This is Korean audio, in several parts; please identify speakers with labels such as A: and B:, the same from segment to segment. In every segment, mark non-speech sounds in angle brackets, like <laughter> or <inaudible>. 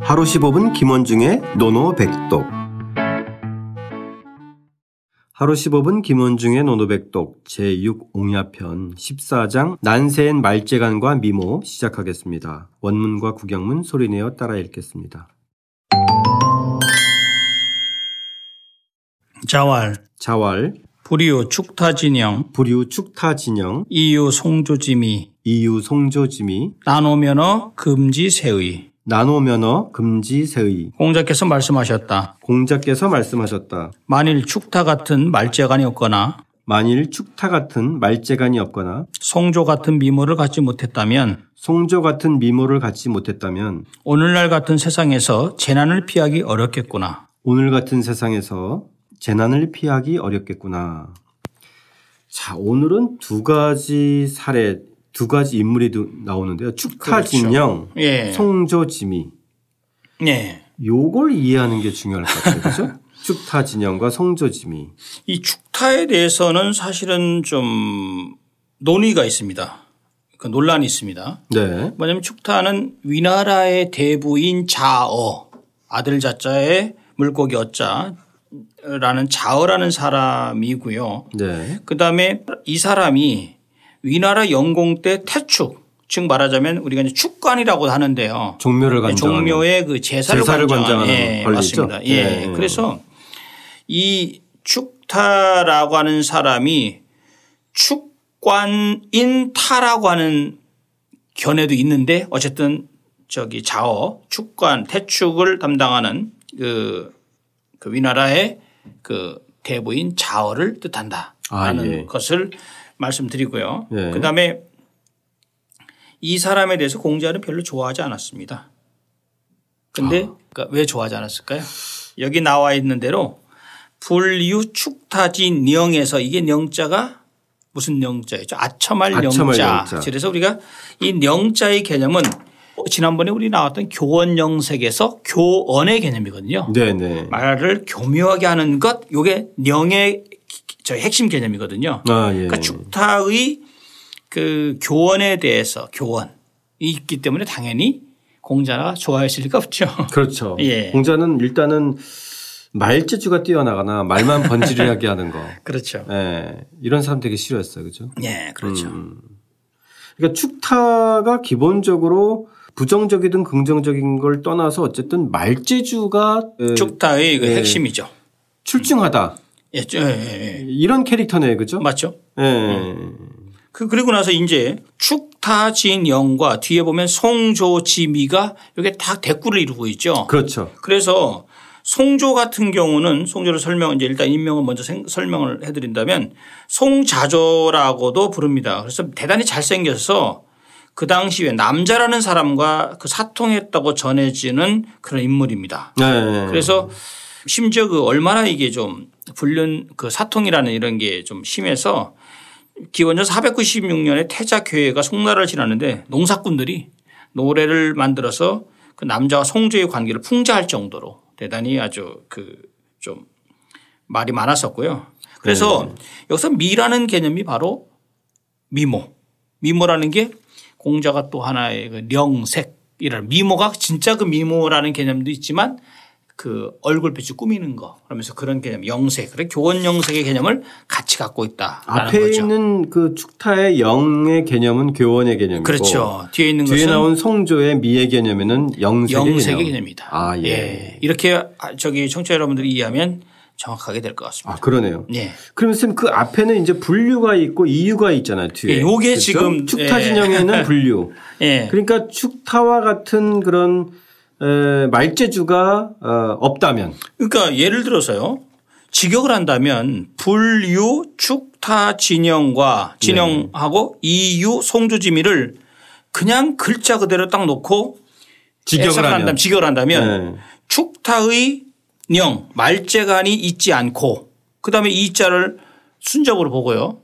A: 하루 15분 김원중의 노노백독 하루 15분 김원중의 노노백독 제6옹야편 14장 난세엔 말재간과 미모 시작하겠습니다. 원문과 구경문 소리내어 따라 읽겠습니다.
B: 자왈,
A: 자왈,
B: 불이유 축타진영,
A: 불유 축타진영,
B: 이유 송조지미,
A: 이유 송조지미,
B: 나노면어 금지세의.
A: 나노면허 금지세의
B: 공자께서 말씀하셨다.
A: 공자께서 말씀하셨다.
B: 만일 축타 같은 말재간이 없거나
A: 만일 축타 같은 말재간이 없거나
B: 송조 같은 미모를 갖지 못했다면
A: 송조 같은 미모를 갖지 못했다면
B: 오늘날 같은 세상에서 재난을 피하기 어렵겠구나.
A: 오늘 같은 세상에서 재난을 피하기 어렵겠구나. 자, 오늘은 두 가지 사례, 두 가지 인물이 두- 나오는데요. 축타진영,
B: 그렇죠. 예.
A: 송조지미.
B: 예.
A: 요걸 이해하는 게 중요할 것 같아요.
B: <laughs>
A: 그죠? 축타진영과 송조지미.
B: 이 축타에 대해서는 사실은 좀 논의가 있습니다. 그 논란이 있습니다.
A: 네.
B: 뭐냐면 축타는 위나라의 대부인 자어 아들 자자에 물고기 어자라는 자어라는 사람이고요.
A: 네.
B: 그다음에 이 사람이 위나라 영공 때 태축 즉 말하자면 우리가 이제 축관이라고 하는데요.
A: 종묘를 간주하는
B: 네, 종묘의 그 제사를,
A: 제사를
B: 관장하는,
A: 관장하는
B: 예,
A: 권리죠.
B: 맞습니다. 예.
A: 예.
B: 그래서 이 축타라고 하는 사람이 축관인 타라고 하는 견해도 있는데 어쨌든 저기 자어 축관 태축을 담당하는 그, 그 위나라의 그 대부인 자어를 뜻한다
A: 아,
B: 하는
A: 예.
B: 것을 말씀드리고요.
A: 예.
B: 그다음에 이 사람에 대해서 공자는 별로 좋아하지 않았습니다. 근데 그러니까 왜 좋아하지 않았을까요? 여기 나와 있는 대로 불유축타지 령에서 이게 령자가 무슨 령자였죠? 아첨할
A: 아첨할
B: 령자.
A: 령자.
B: 그래서 우리가 이 령자의 개념은 지난번에 우리 나왔던 교원 영색에서 교언의 개념이거든요.
A: 네네.
B: 예. 말을 교묘하게 하는 것 이게 령의 저 핵심 개념이거든요.
A: 아, 예.
B: 그러니까 축타의 그 교원에 대해서 교원이 있기 때문에 당연히 공자가 좋아했을 리가 없죠.
A: 그렇죠.
B: 예.
A: 공자는 일단은 말재주가 뛰어나거나 말만 번지르하게 <laughs> 하는 거.
B: <laughs> 그렇죠.
A: 예. 이런 사람 되게 싫어했어요. 그죠?
B: 예, 그렇죠.
A: 그러니까 축타가 기본적으로 부정적이든 긍정적인 걸 떠나서 어쨌든 말재주가 에,
B: 축타의 그
A: 예.
B: 핵심이죠.
A: 출중하다
B: 예, 저- 예, 예, 예.
A: 이런 캐릭터네요, 그죠?
B: 맞죠.
A: 예.
B: 그 그리고 나서 이제 축타진영과 뒤에 보면 송조지미가 이게 다 대꾸를 이루고 있죠.
A: 그렇죠.
B: 그래서 송조 같은 경우는 송조를 설명 이제 일단 인명을 먼저 생- 설명을 해드린다면 송자조라고도 부릅니다. 그래서 대단히 잘생겨서 그 당시에 남자라는 사람과 그 사통했다고 전해지는 그런 인물입니다.
A: 네.
B: 그래서 심지어 그 얼마나 이게 좀 불륜 그 사통이라는 이런 게 좀 심해서 기원전 496년에 태자 교회가 송나라를 지났는데 농사꾼들이 노래를 만들어서 그 남자와 송조의 관계를 풍자할 정도로 대단히 아주 그 좀 말이 많았었고요. 그래서
A: 네.
B: 여기서 미라는 개념이 바로 미모. 미모라는 게 공자가 또 하나의 그 령색이라는 미모가 진짜 그 미모라는 개념도 있지만 그 얼굴빛을 꾸미는 거 그러면서 그런 개념 영색 그래 교원 영색의 개념을 같이 갖고 있다라는
A: 앞에
B: 거죠.
A: 있는 그 축타의 영의 개념은 교원의 개념이고
B: 그렇죠. 뒤에 있는
A: 뒤에
B: 것은
A: 나온 성조의 미의 개념에는 영색의,
B: 영색의
A: 개념.
B: 개념이다.
A: 아, 예.
B: 이렇게 아, 저기 청취자 여러분들이 이해하면 정확하게 될 것 같습니다.
A: 아, 그러네요.
B: 예.
A: 그러면 쌤 그 앞에는 이제 분류가 있고 이유가 있잖아요, 뒤에. 그렇죠?
B: 예, 요게 지금,
A: 축타
B: 예.
A: 진영에는
B: <laughs>
A: 분류.
B: 예.
A: 그러니까 축타와 같은 그런 에, 말재주가 어, 없다면
B: 그러니까 예를 들어서요. 직역을 한다면 불유 축타 진영과
A: 네.
B: 진영하고 이유 송조지미를 그냥 글자 그대로 딱 놓고
A: 직역을
B: 해석을
A: 하면 네. 예.
B: 한다면 직역을 한다면 축타의 영 말재간이 있지 않고 그다음에 이자를 순적으로 보고요.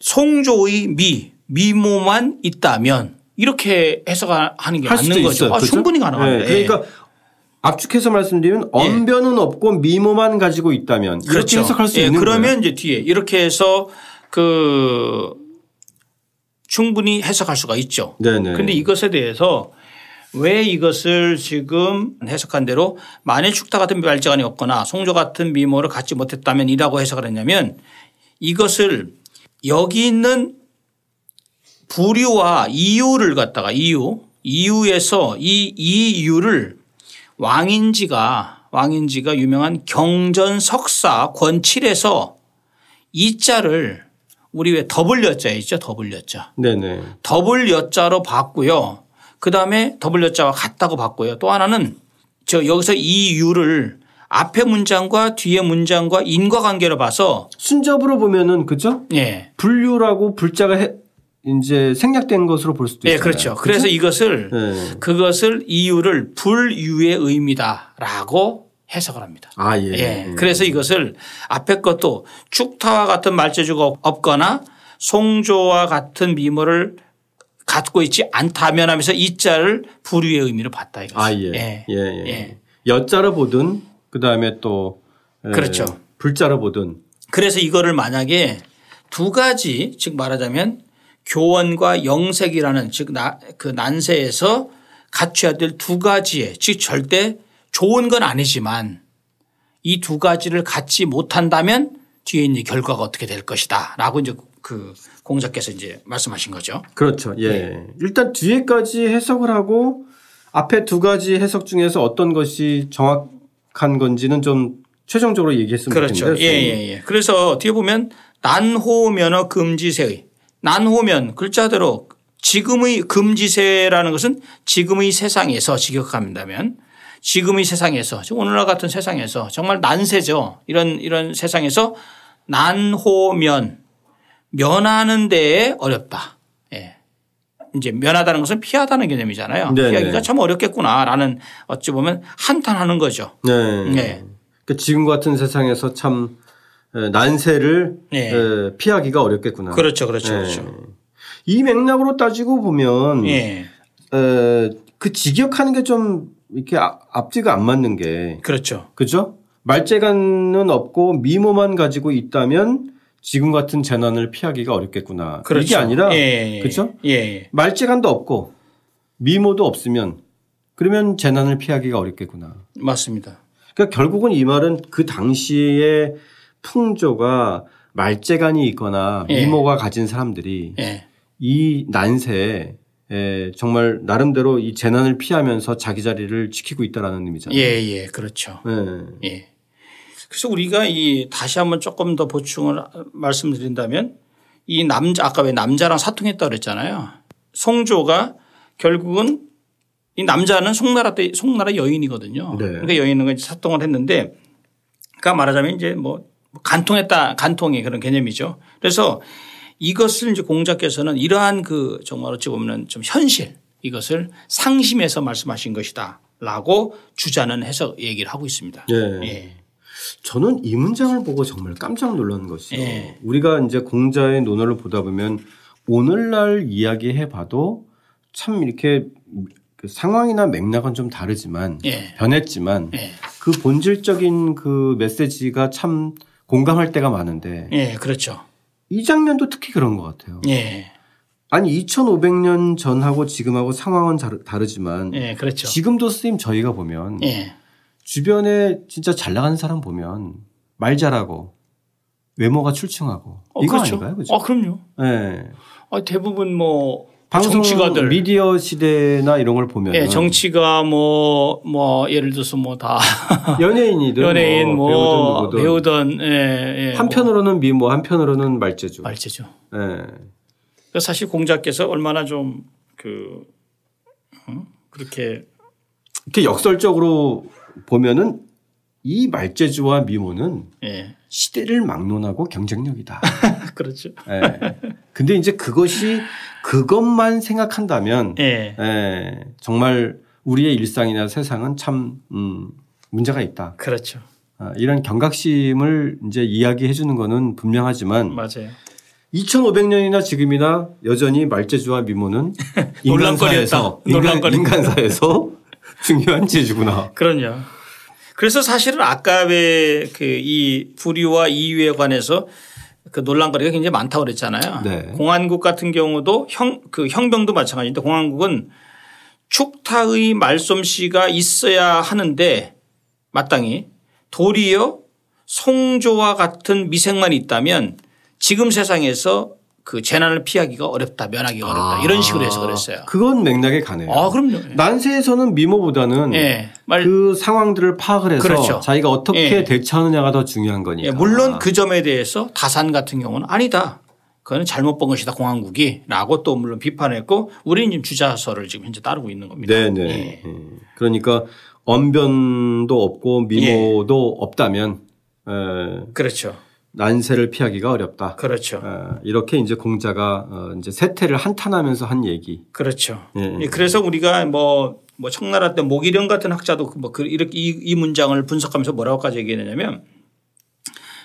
B: 송조의 미 미모만 있다면 이렇게 해석하는 게
A: 할 수도
B: 맞는 거죠.
A: 있어요.
B: 아,
A: 그죠?
B: 충분히
A: 예,
B: 가능합니다. 예.
A: 그러니까 압축해서 말씀드리면 언변은 없고 미모만 가지고 있다면 이렇게 해석할 수
B: 예,
A: 있는
B: 그러면
A: 거예요.
B: 이제 뒤에 이렇게 해서 그 충분히 해석할 수가 있죠.
A: 네네.
B: 그런데 이것에 대해서 왜 이것을 지금 해석한 대로 만일 축타 같은 말재간이 없거나 송조 같은 미모를 갖지 못했다면 이라고 해석을 했냐면 이것을 여기 있는 부류와 이유를 갖다가 이유 이유에서 이 이유를 왕인지가 왕인지가 유명한 경전석사 권칠에서 이 자를 우리 왜 더블 여자 있죠 더블 여자
A: 네네.
B: 더블 여자로 봤고요. 그 다음에 더블 여자와 같다고 봤고요. 또 하나는 저 여기서 이 유를 앞에 문장과 뒤에 문장과 인과관계로 봐서
A: 순접으로 보면은 그죠?
B: 예.
A: 분류라고 불자가 해, 이제 생략된 것으로 볼 수도
B: 예,
A: 있어요.
B: 그렇죠. 그래서 이것을
A: 네.
B: 그것을 이유를 불유의 의미다라고 해석을 합니다.
A: 아 예.
B: 예. 그래서 이것을 앞에 것도 축타와 같은 말재주가 없- 없거나 송조와 같은 미모를 갖고 있지 않다면 하면서 이 자를 불유의 의미로 봤다 이거죠.
A: 아 예. 예. 예. 여자로 보든 그 다음에 또 예,
B: 그렇죠.
A: 불자로 보든
B: 그래서 이거를 만약에 두 가지 즉 말하자면 교원과 영색이라는 즉 그 난세에서 갖춰야 될 두 가지의 즉 절대 좋은 건 아니지만 이 두 가지를 갖지 못한다면 뒤에 있는 결과가 어떻게 될 것이다라고 이제 그 공자께서 이제 말씀하신 거죠.
A: 그렇죠. 예.
B: 네.
A: 일단 뒤에까지 해석을 하고 앞에 두 가지 해석 중에서 어떤 것이 정확한 건지는 좀 최종적으로 얘기했으면
B: 그렇죠. 예,
A: 좋겠는데
B: 예, 예. 그래서 뒤에 보면 난호면허 금지세의 난호면 글자대로 지금의 금지세라는 것은 지금의 세상에서 직역한다면 지금의 세상에서 지금 오늘날 같은 세상에서 정말 난세죠. 이런 이런 세상에서 난호면 면하는 데에 어렵다. 예. 이제 면하다는 것은 피하다는 개념이잖아요.
A: 네네.
B: 피하기가 참 어렵겠구나라는 어찌 보면 한탄하는 거죠.
A: 네.
B: 네.
A: 그러니까 지금 같은 세상에서 참 에, 난세를
B: 네.
A: 에, 피하기가 어렵겠구나.
B: 그렇죠, 그렇죠,
A: 네.
B: 그렇죠.
A: 이 맥락으로 따지고 보면
B: 예.
A: 에, 그 직역하는 게 좀 이렇게 아, 앞- 앞뒤가 안 맞는 게
B: 그렇죠.
A: 그죠? 말재간은 없고 미모만 가지고 있다면 지금 같은 재난을 피하기가 어렵겠구나.
B: 그렇죠.
A: 이게 아니라
B: 예, 예,
A: 그렇죠?
B: 예, 예.
A: 말재간도 없고 미모도 없으면 그러면 재난을 피하기가 어렵겠구나.
B: 맞습니다.
A: 그러니까 결국은 이 말은 그 당시에 풍조가 말재간이 있거나
B: 예.
A: 미모가 가진 사람들이
B: 예.
A: 이 난세에 에, 정말 나름대로 이 재난을 피하면서 자기 자리를 지키고 있다라는
B: 예,
A: 의미잖아요.
B: 예. 그렇죠.
A: 예.
B: 예. 그래서 우리가 이 다시 한번 조금 더 보충을 말씀드린다면 이 남자 아까 왜 남자랑 사통했다 그랬잖아요. 송조가 결국은 이 남자는 송나라 때 송나라 여인이거든요.
A: 네.
B: 그러니까 여인은 이제 사통을 했는데 그러니까 말하자면 이제 뭐 간통했다 간통이 그런 개념이죠. 그래서 이것을 이제 공자께서는 이러한 그 정말 어찌 보면 좀 현실 이것을 상심해서 말씀하신 것이다라고 주자는 해석 얘기를 하고 있습니다.
A: 예.
B: 예.
A: 저는 이 문장을 보고 정말 깜짝 놀란 것이요.
B: 예.
A: 우리가 이제 공자의 논어를 보다 보면 오늘날 이야기해 봐도 참 이렇게 그 상황이나 맥락은 좀 다르지만
B: 예.
A: 변했지만
B: 예.
A: 그 본질적인 그 메시지가 참 공감할 때가 많은데
B: 예. 그렇죠.
A: 이 장면도 특히 그런 것 같아요.
B: 예.
A: 아니 2500년 전하고 지금하고 상황은 다르- 다르지만
B: 예. 그렇죠.
A: 지금도 스님 저희가 보면
B: 예.
A: 주변에 진짜 잘 나가는 사람 보면 말 잘하고 외모가 출중하고
B: 어,
A: 이거
B: 그렇죠.
A: 아닌가요? 그죠?
B: 어, 그럼요.
A: 예.
B: 어, 대부분 뭐
A: 방송
B: 정치가들
A: 미디어 시대나 이런 걸 보면
B: 예, 정치가 뭐 뭐 예를 들어서 뭐다
A: 연예인이든
B: 연예인
A: 뭐
B: 뭐
A: 배우든 누구든
B: 배우던 예, 예.
A: 한편으로는 미모, 한편으로는 말재주.
B: 말제죠.
A: 예.
B: 그래서 사실 공자께서 얼마나 좀 그 그렇게
A: 이렇게 역설적으로 보면은 이 말재주와 미모는
B: 예 <laughs>
A: 시대를 막론하고 경쟁력이다.
B: 그렇죠
A: 예.
B: <laughs>
A: 근데 이제 그것이 그것만 생각한다면
B: 예
A: 예, 정말 우리의 일상이나 세상은 참 음, 문제가 있다.
B: 그렇죠
A: 아, 이런 경각심을 이제 이야기해 주는 거는 분명하지만
B: 맞아요
A: 2500년이나 지금이나 여전히 말재주와
B: <laughs>
A: 미모는 인간사에서
B: 논란거리였다. 논란거리.
A: 인간, 사에서
B: <laughs>
A: 중요한 재주구나.
B: 그럼요 그래서 사실은 아까 왜 그 이 불의와 이유에 관해서 그 논란거리가 굉장히 많다고 그랬잖아요
A: 네.
B: 공안국 같은 경우도 형 그 형병도 마찬가지인데 공안국은 축타의 말솜씨가 있어야 하는데 마땅히 도리어 송조와 같은 미생만 있다면 지금 세상에서 그 재난을 피하기가 어렵다, 면하기가 어렵다 이런 식으로 해서 그랬어요.
A: 그건 맥락에 아. 가네요.
B: 아, 그럼요.
A: 난세에서는 미모보다는
B: 예. 말
A: 그 상황들을 파악을 해서
B: 그렇죠.
A: 자기가 어떻게
B: 예.
A: 대처하느냐가 더 중요한 거니까.
B: 예, 물론 그 점에 대해서 다산 같은 경우는 아니다. 그건 잘못 본 것이다 공항국이라고 또 물론 비판했고 우리는 지금 주자서를 지금 현재 따르고 있는 겁니다.
A: 네네.
B: 예.
A: 예. 그러니까 언변도 없고 미모도
B: 예.
A: 없다면 에,
B: 그렇죠.
A: 난세를 피하기가 어렵다.
B: 그렇죠.
A: 어, 이렇게 이제 공자가 어, 이제 세태를 한탄하면서 한 얘기.
B: 그렇죠.
A: 예.
B: 예, 그래서 우리가 뭐, 뭐 청나라 때 모기령 같은 학자도 뭐 그- 이렇게 이, 이 문장을 분석하면서 뭐라고까지 얘기했냐면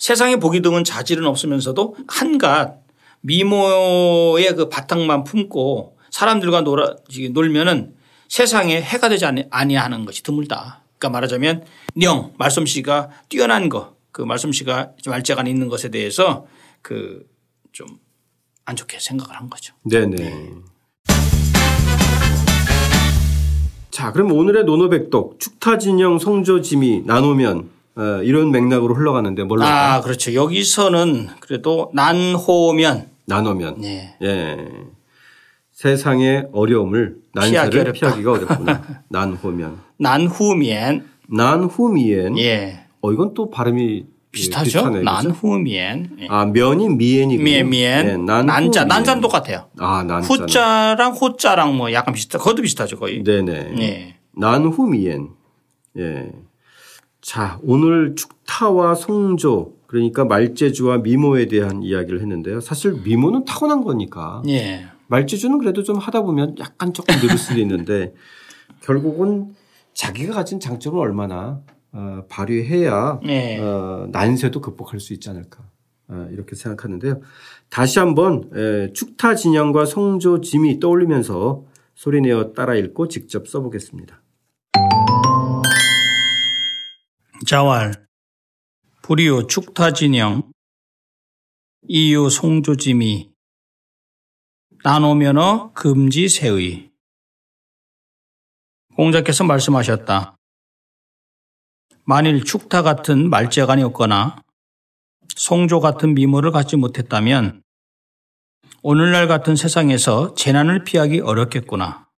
B: 세상에 보기 등은 자질은 없으면서도 한갓 미모의 그 바탕만 품고 사람들과 놀아 지- 놀면은 세상에 해가 되지 아니- 아니하는 것이 드물다. 그러니까 말하자면 령 말솜씨가 뛰어난 것 그 말솜씨가 좀 알짜간 있는 것에 대해서 그 좀 안 좋게 생각을 한 거죠.
A: 네네. 자, 그럼 오늘의 노노백독 축타진영 송조지미 나누면 어, 이런 맥락으로 흘러가는데 뭘로 할까요?
B: 아, 그렇죠. 여기서는 그래도 난호면
A: 나누면
B: 네.
A: 예. 세상의 어려움을
B: 피하기
A: 난세를
B: 어렵다.
A: 피하기가
B: <laughs>
A: 어렵구나. 난호면.
B: 난후면
A: 난후미엔.
B: 예
A: 어 이건 또 발음이
B: 비슷하죠.
A: 비슷하네, 그죠?
B: 난후면 예.
A: 아 면이 미엔이고.
B: 미엔 미엔 예, 난자 난자는 똑같아요.
A: 아 난자.
B: 후자랑 호자랑 뭐 약간 비슷하. 그것도 비슷하죠 거의.
A: 네네.
B: 예.
A: 난후미엔. 예. 자 오늘 축타와 송조 그러니까 말재주와 미모에 대한 이야기를 했는데요. 사실 미모는 타고난 거니까.
B: 예.
A: 말재주는 그래도 좀 하다 보면 약간 조금 늘을 수도 있는데 <laughs> 결국은 자기가 가진 장점을 얼마나 어, 발휘해야
B: 예.
A: 어, 난세도 극복할 수 있지 않을까 어, 이렇게 생각하는데요. 다시 한번 에, 축타 진영과 송조 짐이 떠올리면서 소리내어 따라 읽고 직접 써보겠습니다.
B: 자왈 불이요 축타진영 이유 송조지미 나노면어 금지세의 공자께서 말씀하셨다. 만일 축타 같은 말재간이 없거나 송조 같은 미모를 갖지 못했다면 오늘날 같은 세상에서 재난을 피하기 어렵겠구나.